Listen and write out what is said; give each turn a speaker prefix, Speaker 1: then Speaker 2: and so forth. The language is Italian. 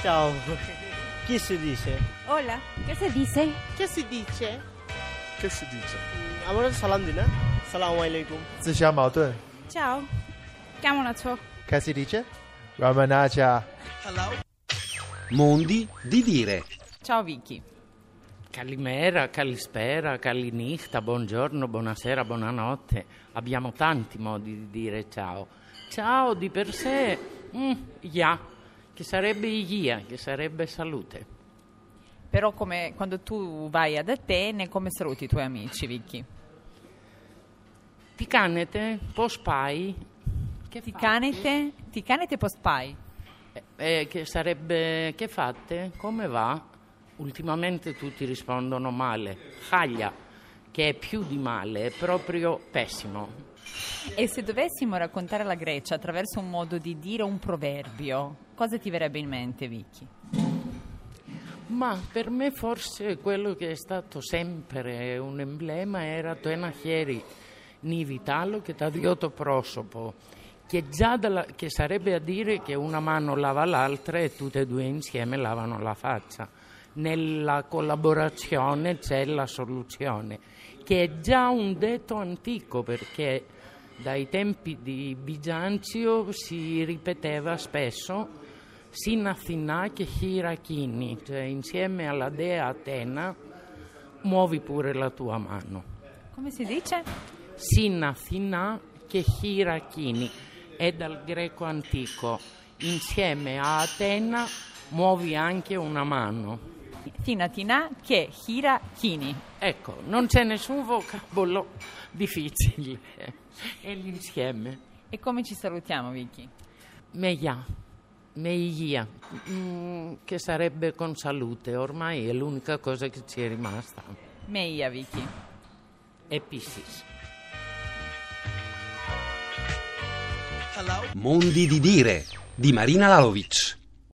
Speaker 1: Ciao. Chi si dice?
Speaker 2: Hola, ¿qué se dice?
Speaker 3: Che si dice?
Speaker 1: Che si dice? আমরা সালাম দিই না সালাম আলাইকুম
Speaker 4: 自相矛盾。
Speaker 2: Ciao. Chiamo la ciò.
Speaker 4: Cassie dice Ramanaja.
Speaker 5: Mondi di dire.
Speaker 6: Ciao Vicky.
Speaker 7: Calimera, calispera, calinichta, buongiorno, buonasera, buonanotte. Abbiamo tanti modi di dire ciao. Ciao di per sé, mm, ya, che sarebbe ia, che sarebbe salute.
Speaker 6: Però come quando tu vai ad Atene, come saluti i tuoi amici, Vicky?
Speaker 7: Ti canete, pospai, che
Speaker 6: Ti
Speaker 7: fate?
Speaker 6: canete, ti canete post pai.
Speaker 7: Eh, eh, che sarebbe, che fate? Come va? Ultimamente tutti rispondono male. Haglia, che è più di male, è proprio pessimo.
Speaker 6: E se dovessimo raccontare la Grecia attraverso un modo di dire un proverbio, cosa ti verrebbe in mente, Vicky?
Speaker 7: Ma per me forse quello che è stato sempre un emblema era το ένα χέρι nivitalo che τα δυο το πρόσωπο. Che, già dalla- che sarebbe a dire che una mano lava l'altra e tutte e due insieme lavano la faccia. Nella collaborazione c'è la soluzione, che è già un detto antico perché dai tempi di Bigianzio si ripeteva spesso Sin Athinà che Hirachini, cioè insieme alla dea Atena muovi pure la tua mano.
Speaker 6: Come si dice?
Speaker 7: Sin Athinà che Hirachini è dal greco antico, insieme a Atena muovi anche una mano.
Speaker 6: Tina tina che hira chini.
Speaker 7: Ecco, non c'è nessun vocabolo difficile, è l'insieme.
Speaker 6: E come ci salutiamo, Vicky?
Speaker 7: Meia, meia, mm, che sarebbe con salute, ormai è l'unica cosa che ci è rimasta.
Speaker 6: Meia, Vicky.
Speaker 7: e Piscis.
Speaker 5: Mondi di dire. Di Marina Lalovic.